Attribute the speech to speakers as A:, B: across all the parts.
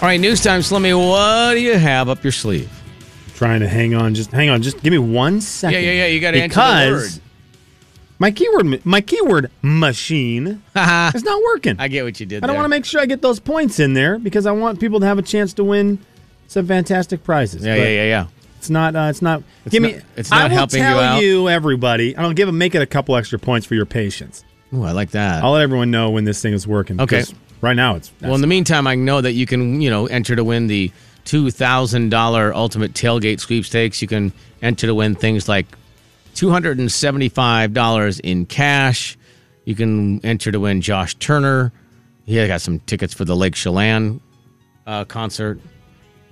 A: All right, news time, Slimmy. What do you have up your sleeve?
B: Trying to hang on. Just hang on. Just give me one second.
A: yeah, yeah, you gotta answer the
B: Because
A: word.
B: My keyword, ma- my keyword machine
A: Haha.
B: is not working.
A: I get what you did.
B: I don't
A: there.
B: want to make sure I get those points in there because I want people to have a chance to win some fantastic prizes.
A: Yeah,
B: But
A: yeah, yeah, yeah.
B: It's not. Uh, it's not.
A: It's
B: give
A: not-
B: me.
A: it's not
B: I will
A: helping you
B: tell
A: out.
B: everybody. and I'll give them. Make it a couple extra points for your patience.
A: Ooh, I like that.
B: I'll let everyone know when this thing is working.
A: Okay.
B: because Right now, it's
A: well, in the meantime, I know that you can, you know, enter to win the two thousand dollar ultimate tailgate sweepstakes. You can enter to win things like two hundred and seventy five dollars in cash. You can enter to win Josh Turner. He had got some tickets for the Lake Chelan uh, concert.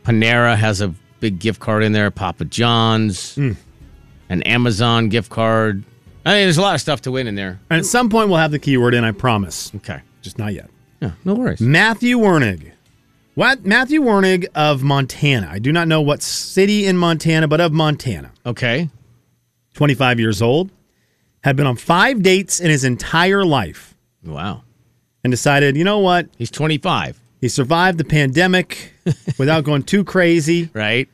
A: Panera has a big gift card in there. Papa John's, an Amazon gift card. I mean, there's a lot of stuff to win in there.
B: and at some point we'll have the keyword in. I promise.
A: Okay.
B: Just not yet.
A: Yeah, no worries.
B: Matthew Wernig. What Matthew Wernig of Montana. I do not know what city in Montana, but of Montana.
A: Okay.
B: 25 years old, had been on five dates in his entire life
A: Wow.
B: and decided, you know what?
A: He's 25,
B: He survived the pandemic without going too crazy.
A: right?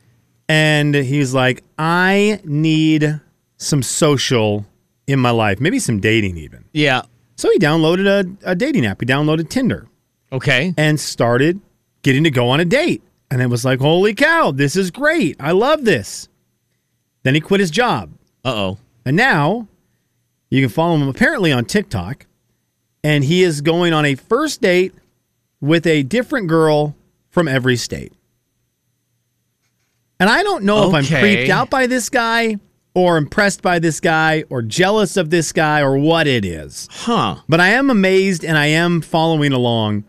B: And he's like, I need some social in my life, maybe some dating even.
A: Yeah.
B: So he downloaded a, a dating app. He downloaded Tinder
A: Okay.
B: and started getting to go on a date. And it was like, holy cow, this is great. I love this. Then he quit his job.
A: Uh oh.
B: And now you can follow him apparently on TikTok. And he is going on a first date with a different girl from every state. And I don't know if I'm
A: Okay.
B: creeped out by this guy or impressed by this guy or jealous of this guy or what it is.
A: Huh.
B: But I am amazed and I am following along.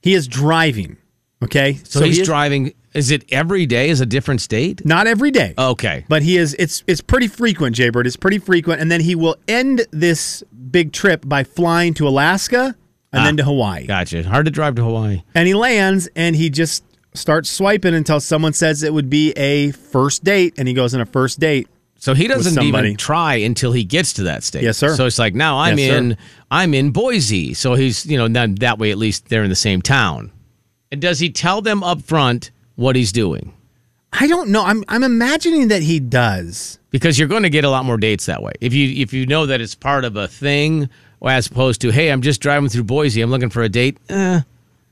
B: He is driving. Okay.
A: So,
B: he
A: he's
B: is-
A: driving. Is it every day is a different state?
B: Not every day.
A: Okay.
B: But he is it's it's pretty frequent, Jaybird. It's pretty frequent. And then he will end this big trip by flying to Alaska and then
A: Ah.
B: to Hawaii.
A: Gotcha. Hard to drive to Hawaii.
B: And he lands and he just starts swiping until someone says it would be a first date and he goes on a first date.
A: So he doesn't
B: somebody.
A: even try until he gets to that state.
B: Yes, sir.
A: So it's like now I'm
B: Yes, sir.
A: in I'm in Boise. So he's you know then that way at least they're in the same town. And does he tell them up front what he's doing?
B: I don't know. I'm I'm imagining that he does.
A: because you're going to get a lot more dates that way. If you if you know that it's part of a thing, or as opposed to hey, I'm just driving through Boise, I'm looking for a date. Eh,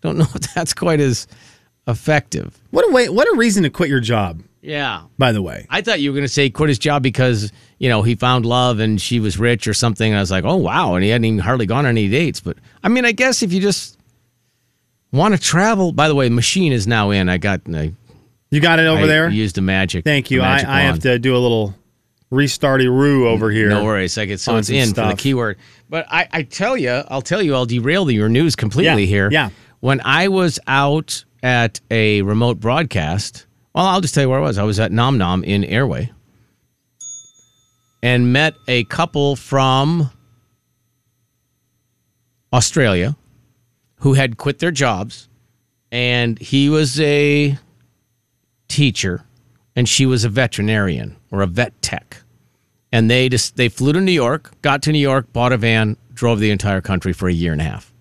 A: don't know if that's quite as effective.
B: What a way what a reason to quit your job,
A: Yeah,
B: by the way.
A: I thought you were going to say quit his job because you know he found love and she was rich or something. And I was like, oh wow, and he hadn't even hardly gone on any dates. But I mean, I guess if you just want to travel. By the way, machine is now in. I got I,
B: You got it over
A: I
B: there?
A: Used the magic.
B: Thank you.
A: the
B: I,
A: magic
B: I have
A: wand.
B: to do a little restarty roo over here.
A: No worries. I get so
B: on
A: it's
B: some
A: in for the
B: stuff.
A: keyword. But I, I tell you, I'll tell you, I'll derail your news completely
B: Yeah,
A: here.
B: yeah.
A: When I was out at a remote broadcast, well, I'll just tell you where I was. I was at Nom Nom in Airway and met a couple from Australia who had quit their jobs. And he was a teacher and she was a veterinarian or a vet tech and they just they flew to New York, got to New York, bought a van, drove the entire country for a year and a half.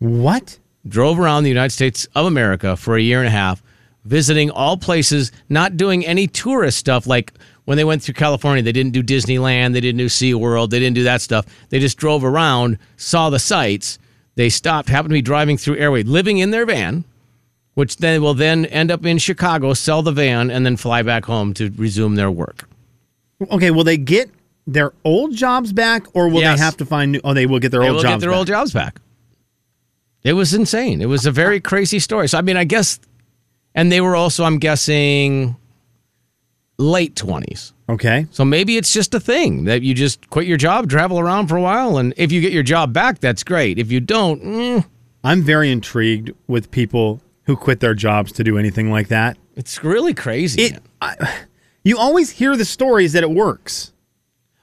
B: What?
A: Drove around the United States of America for a year and a half, visiting all places, not doing any tourist stuff like when they went through California, they didn't do Disneyland, they didn't do SeaWorld, they didn't do that stuff. They just drove around, saw the sights. They stopped, happened to be driving through airway, living in their van, which they will then end up in Chicago, sell the van, and then fly back home to resume their work.
B: Okay, will they get their old jobs back, or will
A: Yes.
B: they have to find new? Oh, they will get their
A: they
B: old
A: will
B: jobs.
A: get their
B: back.
A: old jobs back. It was insane. It was a very crazy story. So I mean, I guess, and they were also, I'm guessing, late twenties.
B: Okay,
A: So maybe it's just a thing that you just quit your job, travel around for a while, and if you get your job back, that's great. If you don't, mm,
B: I'm very intrigued with people who quit their jobs to do anything like that.
A: it's really crazy,
B: It, I, you always hear the stories that it works.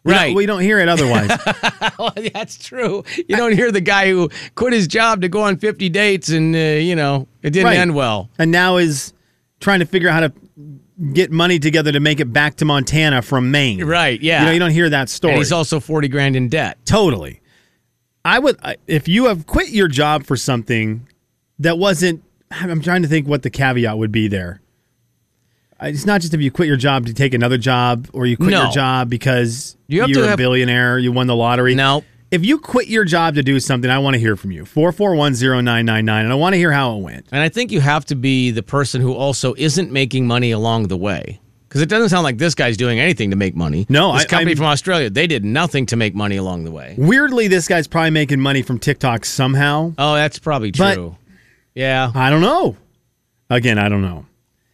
B: We don't-
A: right?
B: we don't hear it otherwise.
A: that's true. You don't hear the guy who quit his job to go on 50 dates, and uh, you know it didn't
B: Right.
A: end well.
B: and now is trying to figure out how to get money together to make it back to Montana from Maine.
A: Right, yeah.
B: You know, you don't hear that story.
A: And he's also 40 grand in debt.
B: Totally. I would I- if you have quit your job for something that wasn't I'm trying to think what the caveat would be there. I- It's not just if you quit your job to take another job or you quit
A: No.
B: your job because
A: You
B: you
A: have
B: are
A: to
B: a
A: have-
B: billionaire, you won the lottery.
A: No.
B: If you quit your job to do something, I want to hear from you. 4410999 and I want to hear how it went.
A: And I think you have to be the person who also isn't making money along the way. Because it doesn't sound like this guy's doing anything to make money.
B: No,
A: this
B: I-
A: company
B: I'm-
A: from Australia, they did nothing to make money along the way.
B: Weirdly, this guy's probably making money from TikTok somehow.
A: Oh, that's probably
B: But-
A: true. yeah.
B: I don't know. Again, I don't know.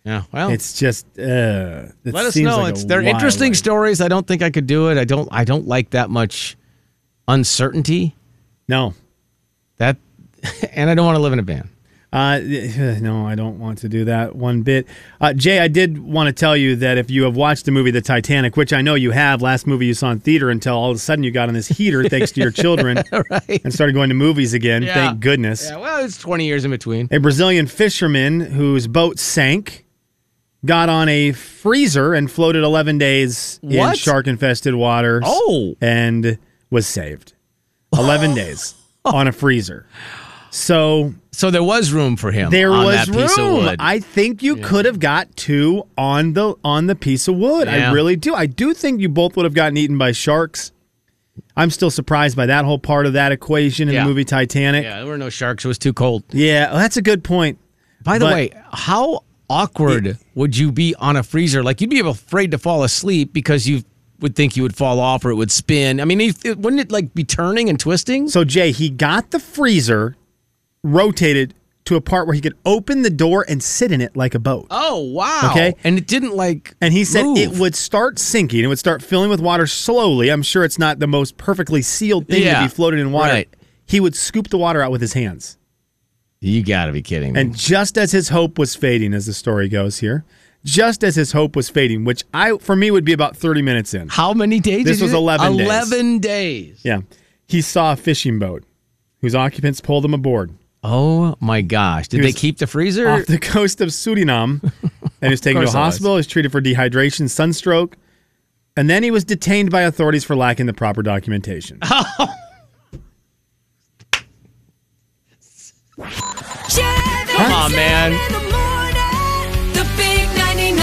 A: Yeah. Well,
B: It's just uh it
A: let us
B: seems
A: know.
B: like a
A: it's they're
B: wild
A: interesting
B: way.
A: stories. I don't think I could do it. I don't. I don't like that much uncertainty.
B: No.
A: That, and I don't want to live in a van.
B: Uh, no, I don't want to do that one bit. Uh, Jay, I did want to tell you that if you have watched the movie The Titanic, which I know you have, last movie you saw in theater until all of a sudden you got on this heater thanks to your children and started going to movies again.
A: Yeah.
B: Thank goodness.
A: Yeah. Well, it's twenty years in between.
B: A Brazilian fisherman whose boat sank got on a freezer and floated 11 days in
A: What?
B: shark infested waters.
A: Oh.
B: And was saved. 11 days on a freezer. So
A: So there was room for him.
B: there
A: on
B: was
A: that
B: room.
A: piece of wood.
B: I think you could have got two on the on the piece of wood.
A: Yeah.
B: I really do. I do think you both would have gotten eaten by sharks. I'm still surprised by that whole part of that equation in
A: Yeah.
B: the movie Titanic.
A: yeah, there were no sharks. It was too cold.
B: Yeah, well, that's a good point.
A: By the
B: But-
A: way, how awkward would you be on a freezer? Like you'd be afraid to fall asleep because you would think you would fall off or it would spin. I mean, if- it, wouldn't it like be turning and twisting?
B: So Jay, he got the freezer rotated to a part where he could open the door and sit in it like a boat.
A: Oh wow!
B: Okay.
A: and it didn't like.
B: And he said
A: move.
B: it would start sinking. It would start filling with water slowly. I'm sure it's not the most perfectly sealed thing
A: Yeah,
B: to be floated in water.
A: right.
B: He would scoop the water out with his hands.
A: You gotta be kidding me!
B: And just as his hope was fading, as the story goes here, just as his hope was fading, which I for me would be about 30 minutes in.
A: how many days?
B: This
A: did
B: was
A: you-
B: 11 days.
A: Eleven days.
B: Yeah. He saw a fishing boat whose occupants pulled him aboard
A: Oh my gosh! Did
B: He
A: they
B: was
A: keep the freezer?
B: off the coast of Suriname and is taken to a
A: course it was.
B: hospital. He's treated for dehydration, sunstroke, and then he was detained by authorities for lacking the proper documentation.
A: Come on, man.
C: The morning, the big 99.9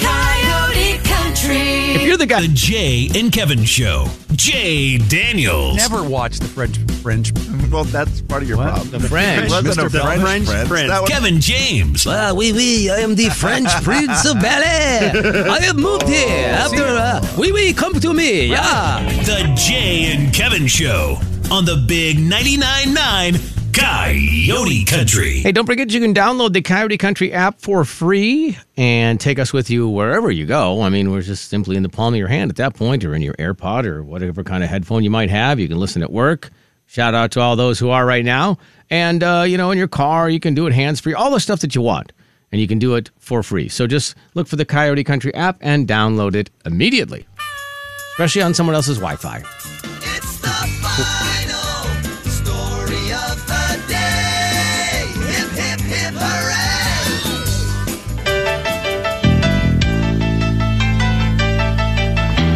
C: Coyote Country.
A: if you're the guy,
D: The Jay and Kevin Show. Jay Daniels.
E: Never watch the French French.
F: Well, that's part of your problem.
A: the French.
F: It wasn't
E: Mr.
F: a French,
E: French
F: prince.
E: Prince.
F: That was
D: Kevin James.
G: Ah, oui, oui, I am the French Prince of Bel Air. I have moved here after. Uh, oui, oui, come to me. Yeah.
D: The Jay and Kevin Show on the Big 99.9 9 Coyote Country.
A: Hey, don't forget you can download the Coyote Country app for free and take us with you wherever you go. I mean, we're just simply in the palm of your hand at that point, or in your AirPod, or whatever kind of headphone you might have. You can listen at work. Shout out to all those who are right now. And, uh, you know, in your car, you can do it hands free, all the stuff that you want. And you can do it for free. So just look for the Coyote Country app and download it immediately, especially on someone else's Wi Fi.
G: It's the final story of the day. Hip, hip, hip, hooray.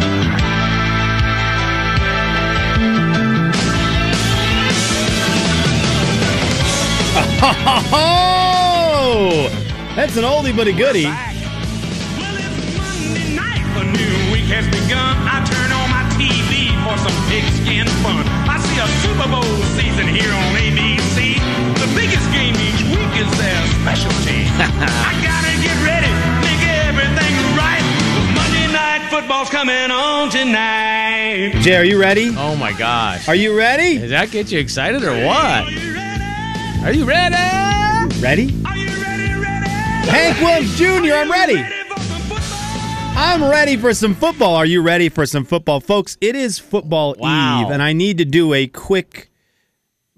B: oh, that's an oldie but a goodie.
H: Well, it's Monday night, a new week has begun. I turn on my TV for some pigskin fun. I see a Super Bowl season here on ABC. The biggest game each week is their specialty. I gotta get ready, make everything right. 'cause Monday night football's coming on tonight.
B: Jay, are you ready?
A: Oh my gosh.
B: Are you ready?
A: Does that get you excited or what?
H: Are you ready?
A: Are you ready?
B: Ready?
H: Are you ready, ready?
B: Hank Williams Jr., I'm ready.
H: Ready for some football?
B: I'm ready for some football. Are you ready for some football, folks? It is football
A: Wow.
B: eve, and I need to do a quick,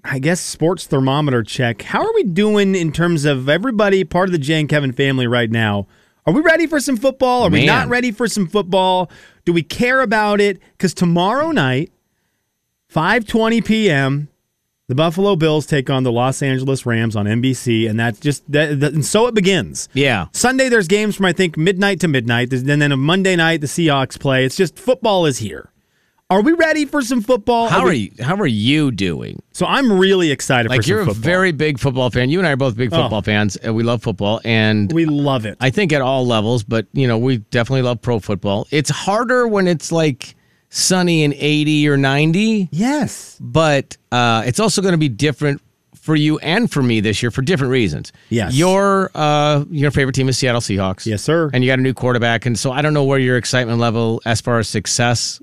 B: I guess, sports thermometer check. How are we doing in terms of everybody part of the Jay and Kevin family right now? Are we ready for some football? Are we
A: Man.
B: not ready for some football? Do we care about it? Because tomorrow night, 5:20 p.m. The Buffalo Bills take on the Los Angeles Rams on NBC, and that's just that, that- and so it begins.
A: Yeah.
B: Sunday there's games from I think midnight to midnight. There's- Then then on Monday night the Seahawks play. It's just football is here. Are we ready for some football?
A: How
B: we-
A: are you? How are you doing?
B: So I'm really excited for
A: Like
B: some
A: you're a
B: football.
A: very big football fan. You and I are both big
B: Oh.
A: football fans. And we love football, and
B: we love it.
A: I think at all levels. But you know, we definitely love pro football. It's harder when it's like sunny and 80 or 90,
B: yes.
A: but uh, it's also going to be different for you and for me this year for different reasons.
B: Yes.
A: Your uh, your favorite team is Seattle Seahawks.
B: Yes, sir.
A: And you got a new quarterback, and so I don't know where your excitement level as far as success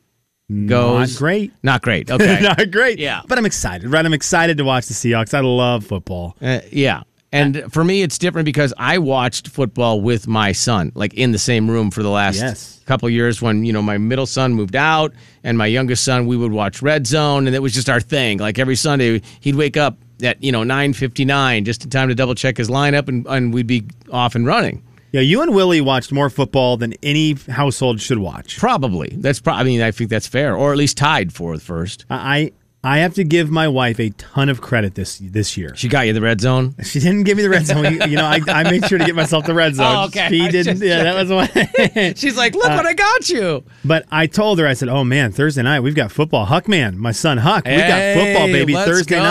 A: goes.
B: Not great.
A: Not great. Okay.
B: Not great.
A: Yeah.
B: But I'm excited, right? I'm excited to watch the Seahawks. I love football.
A: Uh, yeah. And for me, it's different because I watched football with my son, like in the same room for the last
B: Yes.
A: couple years when, you know, my middle son moved out and my youngest son, we would watch Red Zone and it was just our thing. Like every Sunday, he'd wake up at, you know, 9.59 just in time to double check his lineup and, and we'd be off and running.
B: Yeah, you and Willie watched more football than any household should watch.
A: Probably. That's probably, I mean, I think that's fair or at least tied for first.
B: I I have to give my wife a ton of credit this this year.
A: She got you the Red Zone.
B: She didn't give me the red zone. You, you know, I, I made sure to get myself the red zone.
A: Oh, okay.
B: She
A: I was
B: didn't.
A: just
B: Yeah, that was why.
A: She's like, look what I got you.
B: but I told her, I said, "Oh man, Thursday night we've got football. Huck man, my son Huck, we got
A: Hey,
B: football, baby.
A: let's
B: Thursday
A: go.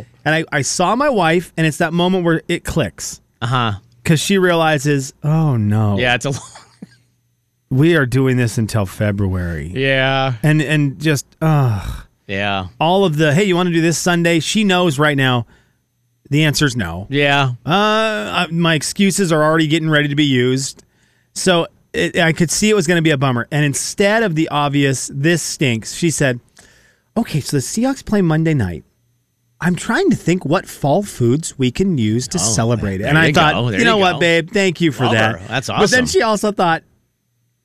B: night." And I, I saw my wife, and it's that moment where it clicks
A: Uh-huh.
B: because she realizes, "Oh no,
A: Yeah, it's a
B: we are doing this until February."
A: Yeah.
B: And and just ugh,
A: Yeah.
B: all of the hey, you want to do this Sunday? She knows right now. The answer is no.
A: Yeah.
B: uh, uh, my excuses are already getting ready to be used. So it, I could see it was going to be a bummer. And instead of the obvious, this stinks, she said, okay, so the Seahawks play Monday night. I'm trying to think what fall foods we can use to celebrate
A: Oh,
B: it.
A: there
B: And I
A: you
B: thought,
A: go, there
B: you know
A: you
B: what,
A: go.
B: babe? Thank you for
A: Love
B: that.
A: her. That's
B: But then
A: awesome.
B: she also thought,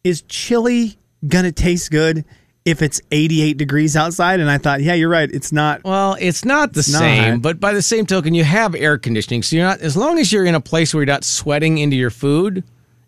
B: is chili going to taste good if it's 88 degrees outside? And I thought, yeah, you're right. It's not.
A: Well, it's not the
B: not.
A: same, but by the same token, you have air conditioning, so you're not as long as you're in a place where you're not sweating into your food,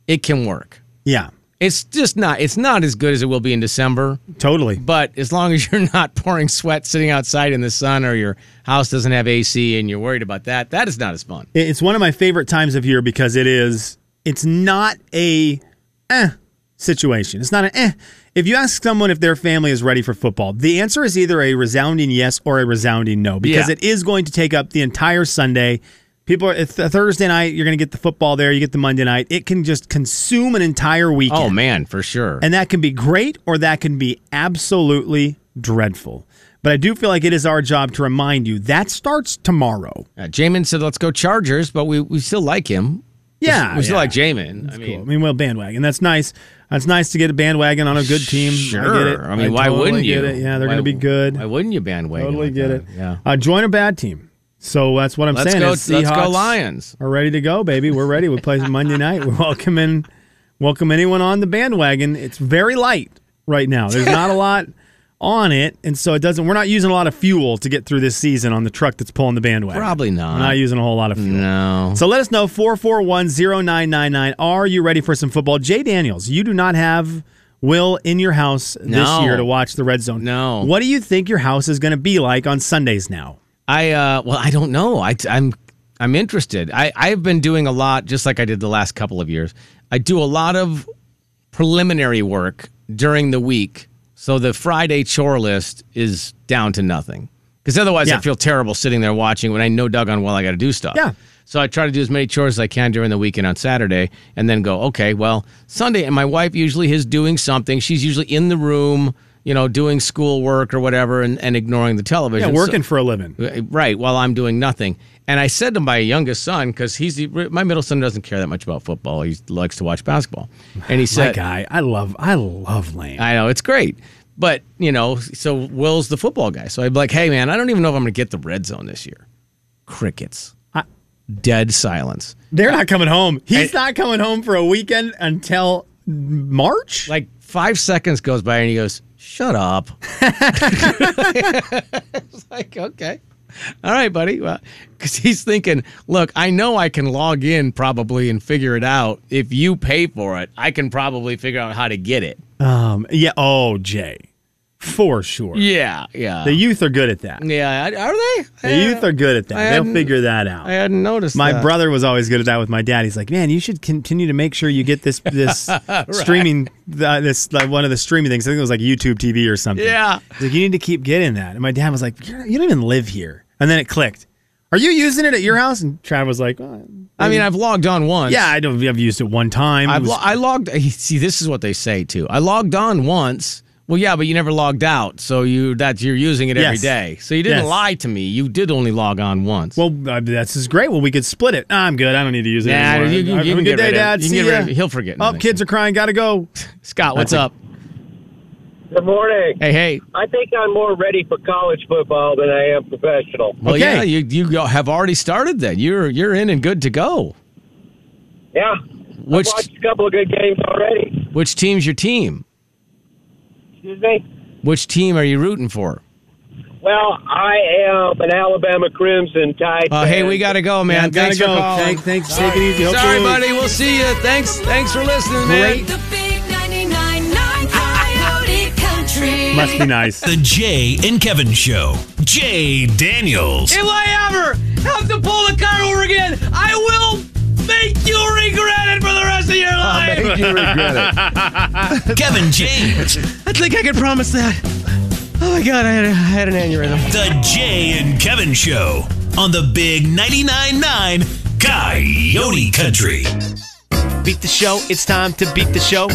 A: it can work.
B: Yeah,
A: It's just not it's not as good as it will be in December,
B: totally.
A: but as long as you're not pouring sweat sitting outside in the sun or your house doesn't have AC and you're worried about that, that is not as fun.
B: It- It's one of my favorite times of year because it is. It's not a eh situation. It's not an eh. If you ask someone if their family is ready for football, the answer is either a resounding yes or a resounding no because
A: Yeah.
B: it is going to take up the entire Sunday. People are it's a Thursday night. You're going to get the football there. You get the Monday night. It can just consume an entire weekend.
A: Oh man, for sure.
B: And that can be great or that can be absolutely dreadful. But I do feel like it is our job to remind you that starts tomorrow.
A: Uh, Jamin said let's go Chargers, but we, we still like him. We-
B: Yeah,
A: We, still
B: yeah.
A: like Jamin. I
B: Cool. I
A: mean,
B: mean, well, bandwagon. That's nice. That's nice to get a bandwagon on a good team. I get it.
A: Sure. I, mean, why
B: totally
A: wouldn't you?
B: get it. Yeah, they're
A: Why-
B: going to be good.
A: Why wouldn't you bandwagon?
B: totally
A: like
B: get
A: that?
B: it.
A: Yeah.
B: Uh, join a bad team. So that's what I'm
A: Let's
B: saying.
A: go.
B: is
A: let's go
B: Seahawks
A: Lions.
B: Are ready to go, baby. We're ready. We play Monday night. We welcome in, welcome anyone on the bandwagon. It's very light right now. There's not a lot on it, and so it doesn't. We're not using a lot of fuel to get through this season on the truck that's pulling the bandwagon.
A: Probably not.
B: We're not using a whole lot of fuel.
A: No.
B: So let us know 4410999. Are you ready for some football? Jay Daniels, you do not have Will in your house
A: No.
B: this year to watch the red zone.
A: No.
B: What do you think your house is going to be like on Sundays now?
A: I uh well I don't know. I I'm I'm interested. I I've been doing a lot just like I did the last couple of years. I do a lot of preliminary work during the week. So the Friday chore list is down to nothing. Cuz otherwise
B: Yeah.
A: I feel terrible sitting there watching when I know doggone well I got to do stuff.
B: Yeah.
A: So I try to do as many chores as I can during the weekend on Saturday and then go, okay, well, Sunday and my wife usually is doing something. She's usually in the room, you know, doing schoolwork or whatever and, and ignoring the television.
B: Yeah,
A: So-
B: working for a living.
A: right while i'm doing nothing and i said to my youngest son because he's the, my middle son doesn't care that much about football he likes to watch basketball and he
B: My
A: said
B: guy, I love, I love Lane.
A: i know it's great but you know so will's the football guy so i'd be like hey man i don't even know if i'm gonna get the red zone this year crickets
B: I-
A: dead silence
B: They're not coming home. He's
A: And-
B: not coming home for a weekend until March.
A: like five seconds goes by and he goes shut up it's like okay all right buddy well because he's thinking look i know i can log in probably and figure it out if you pay for it i can probably figure out how to get it
B: Um, yeah. Oh, Jay. for sure.
A: Yeah, yeah.
B: The youth are good at that.
A: yeah, I- are they?
B: The youth are good at that.
A: I
B: They'll
A: hadn't-
B: figure that out.
A: I hadn't noticed.
B: My
A: that.
B: brother was always good at that with my dad. He's like, "Man, you should continue to make sure you get this this streaming uh, this like one of the streaming things. I think it was like YouTube TV or something.
A: Yeah.
B: He's like you need to keep getting that." And my dad was like, You're, "You don't even live here." And then it clicked. Are you using it at your house? And Trav was like, "Uh,
A: I mean, I've logged on once.
B: "Yeah, I don't. I've used it one time. It
A: I've
B: was-
A: lo- I logged. See, this is what they say too. I logged on once. Well, yeah, but you never logged out, so you that you're using it every
B: Yes.
A: day. So you didn't
B: Yes.
A: lie to me. You did only log on once.
B: well, uh, this is great. Well, we could split it. I'm good. I don't need to use it
A: Nah,
B: anymore.
A: you- you-
B: Have
A: you
B: a
A: can
B: good
A: get
B: day,
A: rid of-
B: Dad.
A: you can
B: See
A: get rid of-
B: ya.
A: he'll forget
B: Oh,
A: nothing.
B: kids are crying. Gotta go.
A: Scott, what's up?
I: Good morning.
A: Hey, hey.
I: I think I'm more ready for college football than I am professional.
A: Well,
B: Okay.
A: yeah, you you go- have already started. Then you're you're in and good to go.
I: Yeah.
A: Which
I: Watched a couple of good games already.
A: which team's your team?
I: Excuse me?
A: Which team are you rooting for?
I: Well, I am an Alabama Crimson Tide.
A: Uh, hey,
I: fan.
A: we gotta go, man.
B: Yeah, gotta
A: Thanks
B: go.
A: for calling.
B: Thank- Thanks. Take it easy. Hope
G: Sorry,
B: you lose.
G: buddy. We'll see you. Thanks. Thanks for listening, man.
B: Great.
C: The big 99.9 Coyote Country.
B: Must be nice.
D: The Jay and Kevin Show. Jay Daniels.
G: If I ever have to pull the car over again, I will make you regret it for the rest of your life.
F: you regret it.
D: Kevin James.
G: I think I can promise that. Oh my god, I had, I had an aneurysm.
D: the Jay and Kevin Show on the Big 99.9 9 Coyote Country.
J: Beat the show, it's time to beat the show.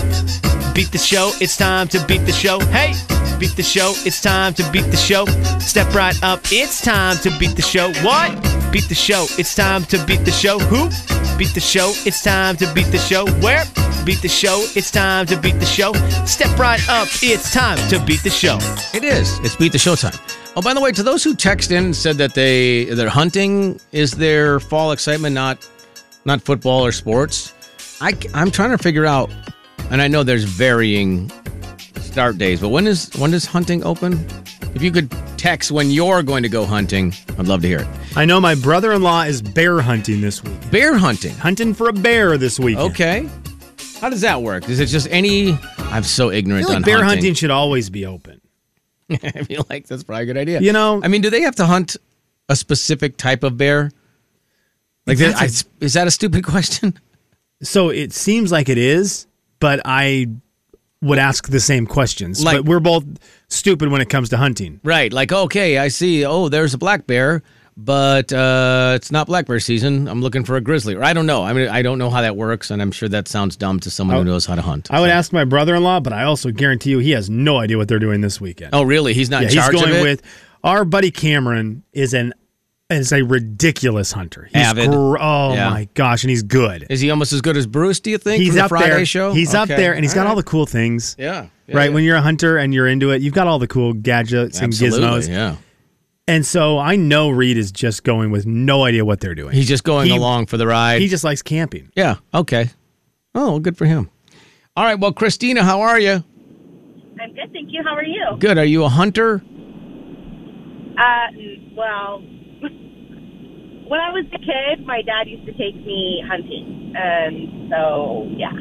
J: Beat the show, it's time to beat the show. Hey! Beat the show, it's time to beat the show. Step right up, it's time to beat the show. What? Beat the show, it's time to beat the show. Who? Beat the show, it's time to beat the show. Where? Beat the show, it's time to beat the show. Step right up, it's time to beat the show.
A: It is. It's beat the showtime. Oh, by the way, to those who text in and said that they their hunting is their fall excitement, not not football or sports. I am trying to figure out, and I know there's varying start days, but when is when does hunting open? If you could text when you're going to go hunting, I'd love to hear it.
B: I know my brother-in-law is bear hunting this week.
A: Bear hunting.
B: Hunting for a bear this week.
A: Okay. How does that work? Is it just any? I'm so
B: I
A: ignorant
B: feel
A: on
B: like bear hunting.
A: hunting.
B: should always be open.
A: I feel like that's probably a good idea.
B: You know-
A: I mean, do they have to hunt a specific type of bear? Like,
B: That's
A: I- is that a stupid question?
B: So it seems like it is, but I would ask the same questions.
A: Like-
B: but we're both stupid when it comes to hunting.
A: Right. Like, okay, I see. Oh, there's a black bear, but uh, it's not black bear season. I'm looking for a grizzly. Or I don't know. I mean, I don't know how that works, and I'm sure that sounds dumb to someone
B: Oh.
A: who knows how to hunt.
B: I would ask my brother-in-law, but I also guarantee you he has no idea what they're doing this weekend.
A: oh, really? He's not
B: yeah,
A: in
B: he's
A: charge
B: going
A: of it.
B: with our buddy Cameron is an is a ridiculous hunter. He's
A: Avid.
B: gr- oh
A: Yeah.
B: my gosh, and he's good.
A: Is he almost as good as Bruce? Do you think?
B: he's
A: from the
B: up
A: Friday
B: there.
A: show.
B: He's up
A: Okay.
B: there, and he's got all the cool things.
A: yeah. Yeah,
B: right?
A: yeah.
B: When you're a hunter and you're into it, you've got all the cool gadgets
A: Absolutely,
B: and gizmos.
A: Yeah.
B: And so I know Reed is just going with no idea what they're doing.
A: He's just going
B: He-
A: along for the ride.
B: he just likes camping.
A: Yeah. Okay. Oh, well, good for him. All right. Well, Christina, how are you?
K: I'm good, thank you. How are you?
A: Good. Are you a hunter?
K: Uh, n- well, when I was a kid, my dad used to take me hunting, and so yeah.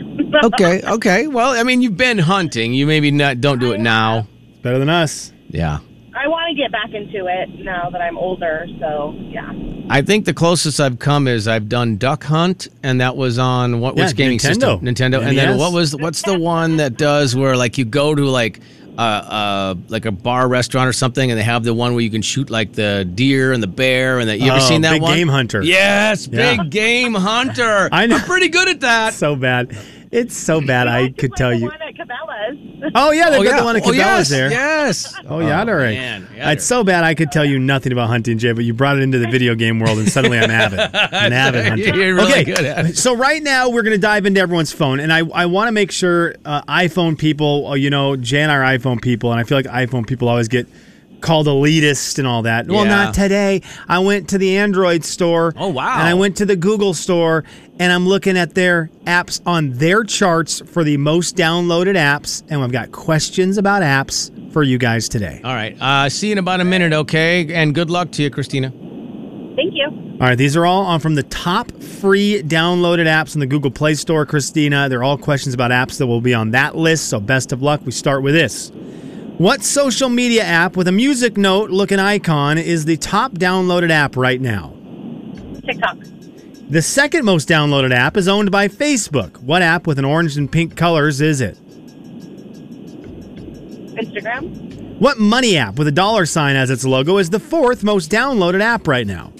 A: Okay. Okay. Well, I mean, you've been hunting. You maybe not. Don't do it now.
B: It's better than us.
A: Yeah.
K: I want to get back into it now that I'm older. So yeah.
A: I think the closest I've come is I've done duck hunt, and that was on what was
B: Yeah,
A: gaming system?
B: Nintendo. E
A: Nintendo. And then
B: NES.
A: what was what's the one that does where like you go to like uh, uh like a bar restaurant or something, and they have the one where you can shoot like the deer and the bear, and that you ever
B: Oh,
A: seen that
B: Big
A: one?
B: Game Hunter.
A: Yes,
B: Yeah.
A: big game hunter.
B: I know.
A: I'm pretty good at that.
B: So bad. It's so bad.
K: You
B: I
K: have to
B: could
K: play
B: tell
K: the
B: you.
K: One at Cabela's.
B: Oh yeah, they've
A: oh,
B: got
A: yeah.
B: the one at
A: oh,
B: Cabela's
A: yes,
B: there.
A: Yes.
B: Oh yeah, all right.
A: man, yadder.
B: it's so bad I could tell you nothing about hunting, Jay, but you brought it into the video game world, and suddenly I'm avid. An avid hunter.
A: You're really
B: okay,
A: good at it.
B: so right now we're going to dive into everyone's phone, and I, I want to make sure uh, iPhone people, uh, you know, Jay and I are iPhone people, and I feel like iPhone people always get called elitist and all that. Well,
A: Yeah.
B: not today. I went to the Android store.
A: Oh, wow.
B: And I went to the Google store, and I'm looking at their apps on their charts for the most downloaded apps, and I've got questions about apps for you guys today.
A: All right. Uh, see you in about a minute, okay? And good luck to you, Christina.
K: Thank you.
B: All right, these are all on from the top free downloaded apps in the Google Play Store, Christina. They're all questions about apps that will be on that list. So best of luck. We start with this. What social media app with a music note looking icon is the top downloaded app right now?
K: TikTok.
B: The second most downloaded app is owned by Facebook. What app with an orange and pink colors is it?
K: Instagram.
B: What money app with a dollar sign as its logo is the fourth most downloaded app right now?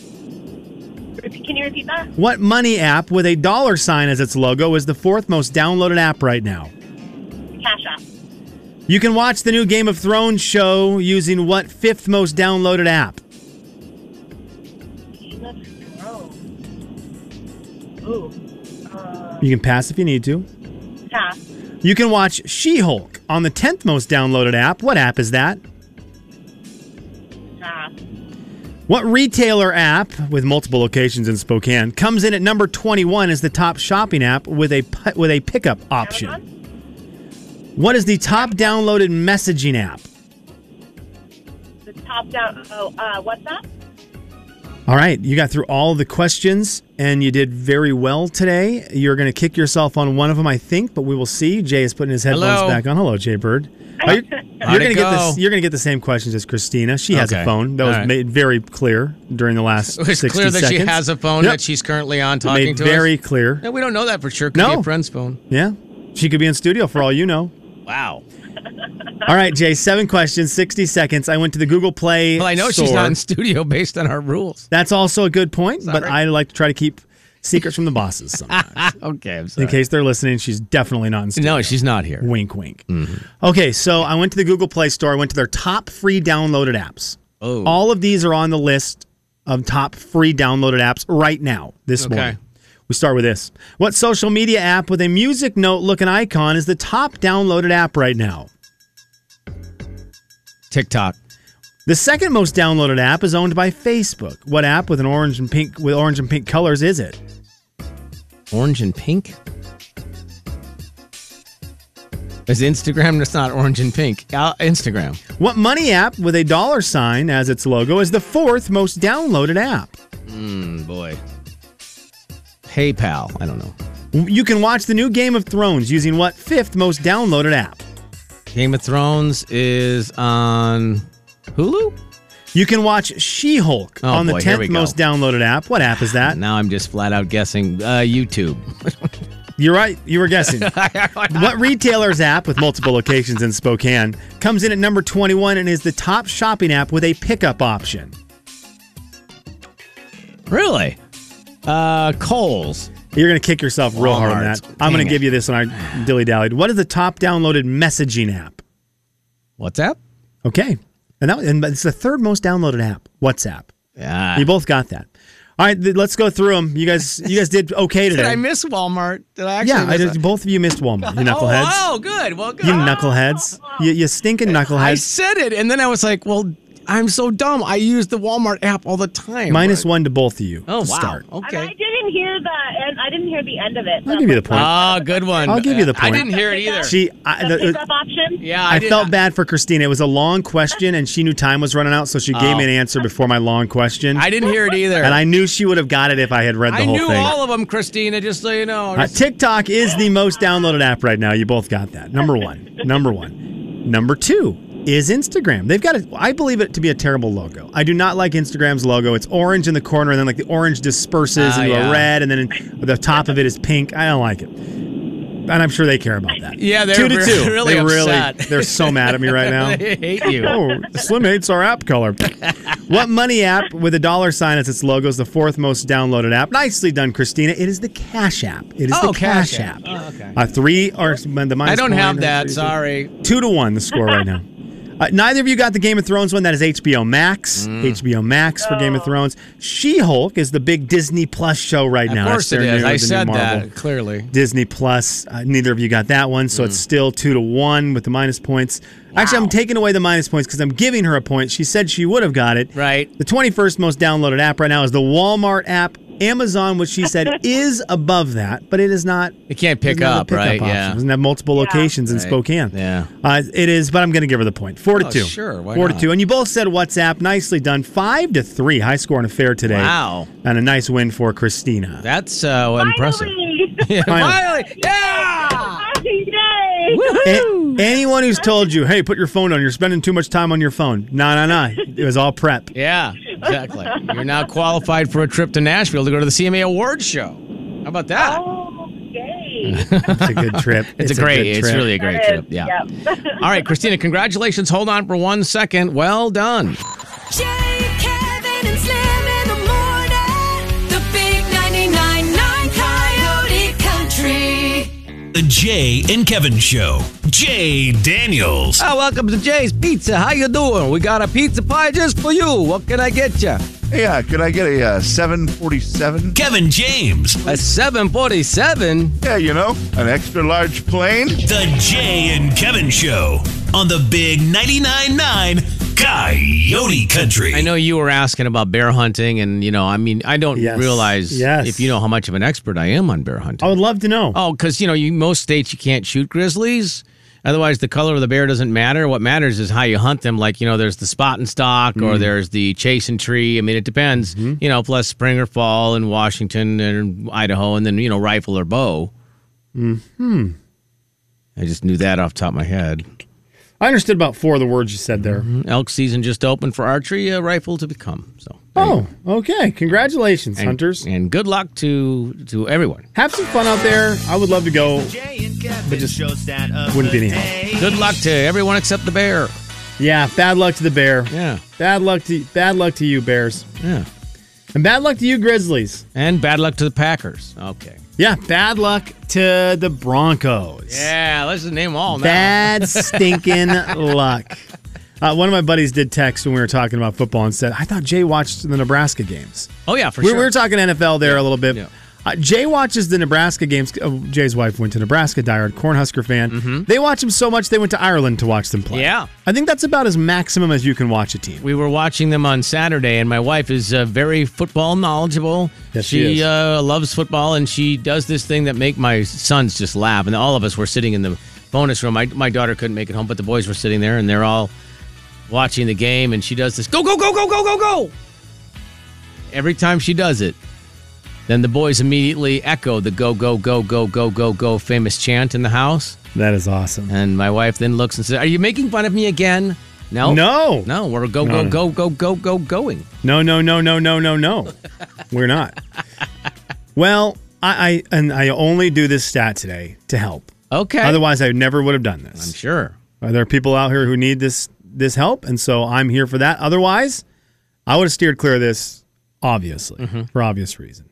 K: Repeat- Can you repeat that?
B: What money app with a dollar sign as its logo is the fourth most downloaded app right now?
K: Cash App.
B: You can watch the new Game of Thrones show using what fifth most downloaded app?
K: Ooh. Uh,
B: You can pass if you need to.
K: pass.
B: You can watch She Hulk on the 10th most downloaded app. What app is that?
K: Pass.
B: What retailer app with multiple locations in Spokane comes in at number 21 as the top shopping app with a pu- with a pickup option? What is the top downloaded messaging app?
K: The top down. Oh, uh, WhatsApp.
B: All right, you got through all the questions and you did very well today. You're going to kick yourself on one of them, I think, but we will see. Jay is putting his headphones
A: Hello.
B: back on. Hello, Jay Bird. Are you,
A: How'd
B: are
A: it
B: going to get
A: go?
B: this. You're going to get the same questions as Christina. She has a
A: Okay.
B: phone. That was
A: All right.
B: made very clear during the last.
A: It was
B: 60
A: clear that she
B: seconds.
A: has a phone
B: Yep.
A: that she's currently on talking
B: made
A: to
B: very
A: us.
B: clear.
A: No, we don't know that for sure. Could
B: No.
A: be a friend's phone.
B: Yeah, she could be in studio for all you know.
A: Wow.
B: All right, Jay. Seven questions, sixty seconds. I went to the Google Play.
A: Well, I know she's
B: store.
A: not in studio based on our rules.
B: That's also a good point, but
A: right.
B: I like to try to keep secrets from the bosses sometimes.
A: okay, I'm sorry.
B: in case they're listening, she's definitely not in studio.
A: No, she's not here.
B: Wink, wink.
A: Mm-hmm.
B: Okay, so I went to the Google Play Store. I went to their top free downloaded apps.
A: Oh.
B: All of these are on the list of top free downloaded apps right now, this
A: Okay.
B: morning. We start with this. What social media app with a music note looking icon is the top downloaded app right now?
A: TikTok.
B: The second most downloaded app is owned by Facebook. What app with an orange and pink with orange and pink colors is it?
A: Orange and pink? Is Instagram It's not orange and pink? Uh, Instagram.
B: What money app with a dollar sign as its logo is the fourth most downloaded app?
A: Mm, boy. PayPal. I don't know.
B: You can watch the new Game of Thrones using what fifth most downloaded app?
A: Game of Thrones is on Hulu?
B: You can watch She Hulk
A: Oh,
B: on the
A: boy, here we
B: 10th
A: go.
B: most downloaded app. What app is that?
A: Now I'm just flat out guessing. Uh, YouTube.
B: You're right. You were guessing. what retailer's app with multiple locations in Spokane comes in at number 21 and is the top shopping app with a pickup option?
A: Really? Uh, Coles.
B: You're going to kick yourself real hard on
A: Walmart.
B: that. I'm
A: Dang
B: going to
A: it.
B: give you this one. I dilly dallied. What is the top downloaded messaging app?
A: WhatsApp?
B: Okay. And, that, and it's the third most downloaded app, WhatsApp.
A: Yeah.
B: You both got that. All right, th- let's go through them. You guys, you guys did okay
A: Did I
B: today.
A: miss Walmart? Did I actually
B: Yeah, I
A: miss
B: just, both of you missed Walmart. You knuckleheads.
A: Oh, oh, good. Well, good.
B: You knuckleheads. You, you stinking
A: I
B: knuckleheads.
A: said it, and then I was like, well, I'm so dumb. I use the Walmart app all the time.
B: Minus one to both of you.
A: Oh, wow.
B: to Start.
K: I, I
A: Okay.
K: didn't hear the and I didn't hear the end of it.
B: I'll give you the point.
A: Ah, good one.
B: I'll give you the
A: I
B: point.
A: didn't hear it either.
B: She, I,
K: The
B: the, uh,
K: pickup option.
A: uh, yeah, I,
B: I,
A: did
B: felt
A: not-
B: bad for Christina. It was a long question, and she knew time was running out, so she gave me an answer before my long question.
A: Oh. I didn't hear it either.
B: and I knew she would have got it if I had read the
A: I
B: whole
A: knew
B: thing.
A: all of them, Christina. Just so you know.
B: Uh, TikTok is the most downloaded app right now. You both got that. Number one. Number one. Number two is Instagram. They've got a, I believe it to be a terrible logo. I do not like Instagram's logo. It's orange in the corner, and then like the orange disperses
A: Ah,
B: into
A: yeah.
B: a red, and then in, the top of it is pink. I don't like it. And I'm sure they care about that.
A: Yeah, they're
B: two to
A: re-
B: two.
A: really
B: they
A: upset.
B: really, they're so mad at me right now.
A: they hate you.
B: Oh, Slim hates our app color. what money app with a dollar sign as its logo is the fourth most downloaded app? Nicely done, Christina. It is the Cash app. It is
A: Oh,
B: the
A: Cash
B: Cash,
A: App.
B: app.
A: Oh, okay.
B: Uh, three are the minus
A: I don't
B: one
A: have
B: or
A: that.
B: three-
A: Sorry.
B: Two to one, the score right now. Uh, neither of you got the Game of Thrones one. That is HBO Max.
A: Mm.
B: HBO Max for
A: Oh.
B: Game of Thrones. She Hulk is the big Disney Plus show right now.
A: of course
B: That's
A: it
B: their
A: is.
B: new-
A: I
B: the new
A: said
B: Marvel.
A: that clearly.
B: Disney Plus. Uh, neither of you got that one, so it's
A: Mm-hmm.
B: still two to one with the minus points. Actually, I'm taking away the minus points because I'm giving her a point. She said she would have got it.
A: Right.
B: The 21st most downloaded app right now is the Walmart app. Amazon, which she said is above that, but it is not.
A: It can't pick
B: doesn't have a
A: up, right?
B: option.
A: Yeah.
B: doesn't have multiple locations in
A: Right.
B: Spokane.
A: Yeah.
B: uh, it is. But I'm going to give her the point. Four to
A: Oh,
B: two.
A: sure, why
B: Four
A: not?
B: to two. And you both said WhatsApp. Nicely done. Five to three. High score and a fair today.
A: Wow.
B: And a nice win for Christina.
A: That's uh, impressive.
K: Finally.
A: Yeah,
B: Finally.
A: Finally. Yeah.
K: Yay!
A: Woohoo.
B: And- Anyone who's told you, hey, put your phone on, you're spending too much time on your phone. No, no, no. It was all prep.
A: Yeah, exactly. You're now qualified for a trip to Nashville to go to the CMA Awards show. How about that?
K: Oh.
B: It's a good trip.
A: It's, a great,
B: good
A: it's
B: trip.
A: really a great trip. Yeah. All right, Christina, congratulations. Hold on for one second. Well done.
C: Jay, Kevin, and Slim in the morning. The big 99.9 Coyote Country.
D: The Jay and Kevin Show. Jay Daniels.
G: Ah, welcome to Jay's Pizza. How you doing? We got a pizza pie just for you. What can I get you?
F: Yeah, could I get a uh, 747?
D: Kevin James.
G: A 747?
F: Yeah, you know, an extra large plane.
D: The Jay and Kevin Show on the Big 99.9 9 Coyote Country.
A: I know you were asking about bear hunting, and, you know, I mean, I don't
B: Yes.
A: realize
B: Yes.
A: if you know how much of an expert I am on bear hunting.
B: I would love to know.
A: Oh, because you know, you most states you can't shoot grizzlies. Otherwise, the color of the bear doesn't matter. What matters is how you hunt them. Like you know, there's the spot and stock, or
B: Mm.
A: there's the chase and tree. I mean, it depends.
B: Mm-hmm.
A: You know, plus spring or fall in Washington and Idaho, and then you know, rifle or bow.
B: Mm-hmm.
A: Hmm. I just knew that off the top of my head.
B: I understood about four of the words you said there.
A: Elk season just opened for archery. A rifle to become. So. there you
B: Oh, okay. Congratulations,
A: go. And-
B: hunters.
A: and good luck to to everyone.
B: Have some fun out there. I would love to go, but just wouldn't be any help.
A: Good luck to everyone except the bear.
B: Yeah, bad luck to the bear.
A: Yeah,
B: Bad luck to bad luck to you, Bears,
A: yeah.
B: and bad luck to you, Grizzlies.
A: And bad luck to the Packers. Okay.
B: Yeah, bad luck to the Broncos.
A: Yeah, let's just name them all now.
B: Bad stinking luck. Uh, one of my buddies did text when we were talking about football and said, "I thought Jay watched the Nebraska games."
A: oh yeah, for
B: we,
A: sure.
B: we were talking NFL there a little bit.
A: yeah.
B: Uh, Jay watches the Nebraska games. Oh, Jay's wife went to Nebraska, diehard Cornhusker fan. They watch them so much they went to Ireland to watch them play.
A: Mm-hmm. Yeah.
B: I think that's about as maximum as you can watch a team.
A: we were watching them on Saturday, and my wife is uh, very football knowledgeable.
B: Yes, she is.
A: Uh, loves football, and she does this thing that make my sons just laugh. And all of us were sitting in the bonus room. My, my daughter couldn't make it home, but the boys were sitting there, and they're all watching the game. And she does this: go, go, go, go, go, go, go. Every time she does it, then the boys immediately echo the go, go, go, go, go, go, go famous chant in the house.
B: That is awesome.
A: And my wife then looks and says, "Are you making fun of me again?" No,
B: No.
A: no. We're go
B: No,
A: go
B: no.
A: go go go go going.
B: No, no, no, no, no, no, no. We're not. Well, I, I and I only do this stat today to help.
A: Okay,
B: Otherwise, I never would have done
A: I'm
B: this.
A: sure.
B: Uh, There are people out here who need this this help, and so I'm here for that. Otherwise, I would have steered clear of this, obviously,
A: Mm-hmm.
B: for obvious reason.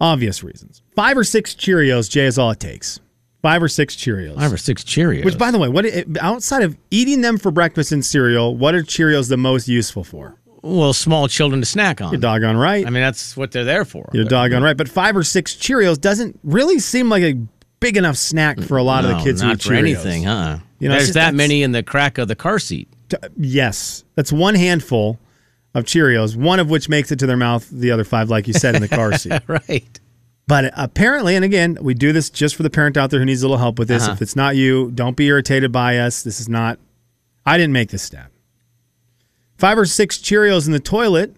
B: Obvious reasons. Five or six Cheerios, Jay, is all it takes. Five or six Cheerios.
A: Five or six Cheerios.
B: Which, by the way, what it, outside of eating them for breakfast and cereal, what are Cheerios the most useful for?
A: well, small children to snack on.
B: You're doggone right.
A: I mean, uh, that's what they're there for.
B: You're doggone right. But five or six Cheerios doesn't really seem like a big enough snack for a lot of
A: No,
B: the kids who
A: not
B: eat
A: for
B: Cheerios.
A: anything, huh?
B: You know,
A: There's
B: it's just-
A: that
B: that's-
A: many in the crack of the car seat.
B: T- Yes, that's one handful of Cheerios, one of which makes it to their mouth, the other five, like you said, in the car seat.
A: Right.
B: But apparently, and again, we do this just for the parent out there who needs a little help with this. If it's not you, don't be irritated by us. This is not. I didn't make this stat. Five or six Cheerios in the toilet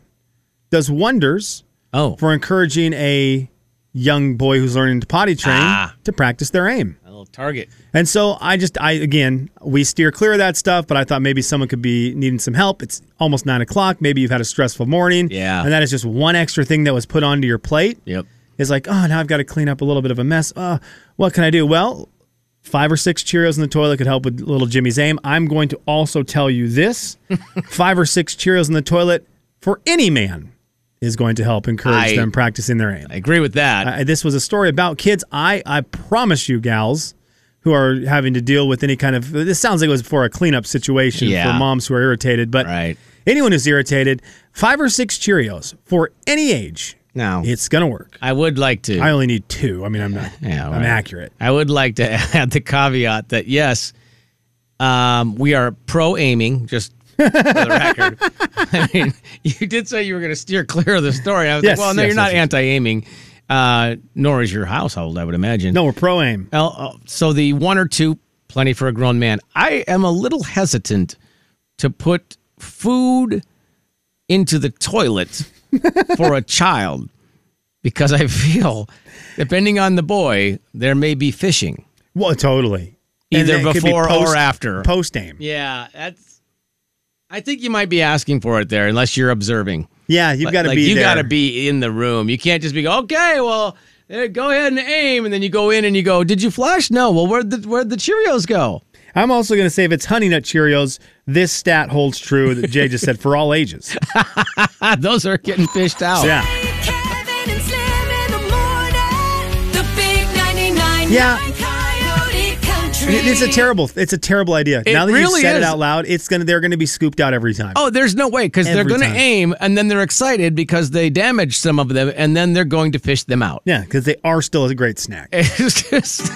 B: does wonders
A: Oh,
B: for encouraging a young boy who's learning to potty train
A: Ah.
B: to practice their aim.
A: a little target.
B: And so I just, I again, we steer clear of that stuff, but I thought maybe someone could be needing some help. It's almost nine o'clock. Maybe you've had a stressful morning.
A: Yeah.
B: And that is just one extra thing that was put onto your plate.
A: Yep.
B: It's like, oh, now I've got to clean up a little bit of a mess. Uh, what can I do? Well, five or six Cheerios in the toilet could help with little Jimmy's aim. I'm going to also tell you this five or six Cheerios in the toilet for any man is going to help encourage
A: I-
B: them practicing their aim.
A: I agree with that.
B: Uh, this was a story about kids. I, I promise you, gals, who are having to deal with any kind of this sounds like it was for a cleanup situation
A: Yeah.
B: for moms who are irritated, but
A: Right.
B: anyone who's irritated, five or six Cheerios for any age,
A: now,
B: it's gonna work.
A: I would like to.
B: I only need two. I mean, I'm not.
A: Yeah,
B: I'm
A: right.
B: accurate.
A: I would like to add the caveat that yes, um, we are pro aiming. Just for the record, I mean, you did say you were going to steer clear of the story. I was
B: Yes,
A: like, well, no,
B: yes,
A: you're not
B: yes, yes.
A: anti-aiming, uh, nor is your household. I would imagine.
B: No, we're pro aim.
A: Well, uh, so the one or two, plenty for a grown man. I am a little hesitant to put food into the toilet for a child because I feel, depending on the boy, there may be fishing.
B: Well, totally. And
A: Either
B: it could be
A: before or
B: post-
A: after.
B: Post aim.
A: Yeah, that's. I think you might be asking for it there, unless you're observing.
B: Yeah, you've
A: Like-
B: got to
A: like,
B: be
A: You
B: there.
A: got to be in the room. You can't just be okay. Well, eh, go ahead and aim, and then you go in and you go. Did you flash? No. Well, where'd the where'd the Cheerios go?
B: I'm also going to say if it's Honey Nut Cheerios, this stat holds true that Jay just said for all ages.
A: Ah, Those are getting fished out.
B: Yeah.
C: Kevin and Slim in the morning. The big 99.9
B: Yeah.
C: Coyote Country.
B: It- It's a terrible, it's a terrible idea.
A: It
B: now that
A: really
B: you said
A: is.
B: it out loud, it's gonna they're gonna be scooped out every time.
A: Oh, there's no way because they're
B: Every
A: going to
B: time.
A: aim, and then they're excited because they damaged some of them, and then they're going to fish them out.
B: Yeah, because they are still a great snack.
A: It's just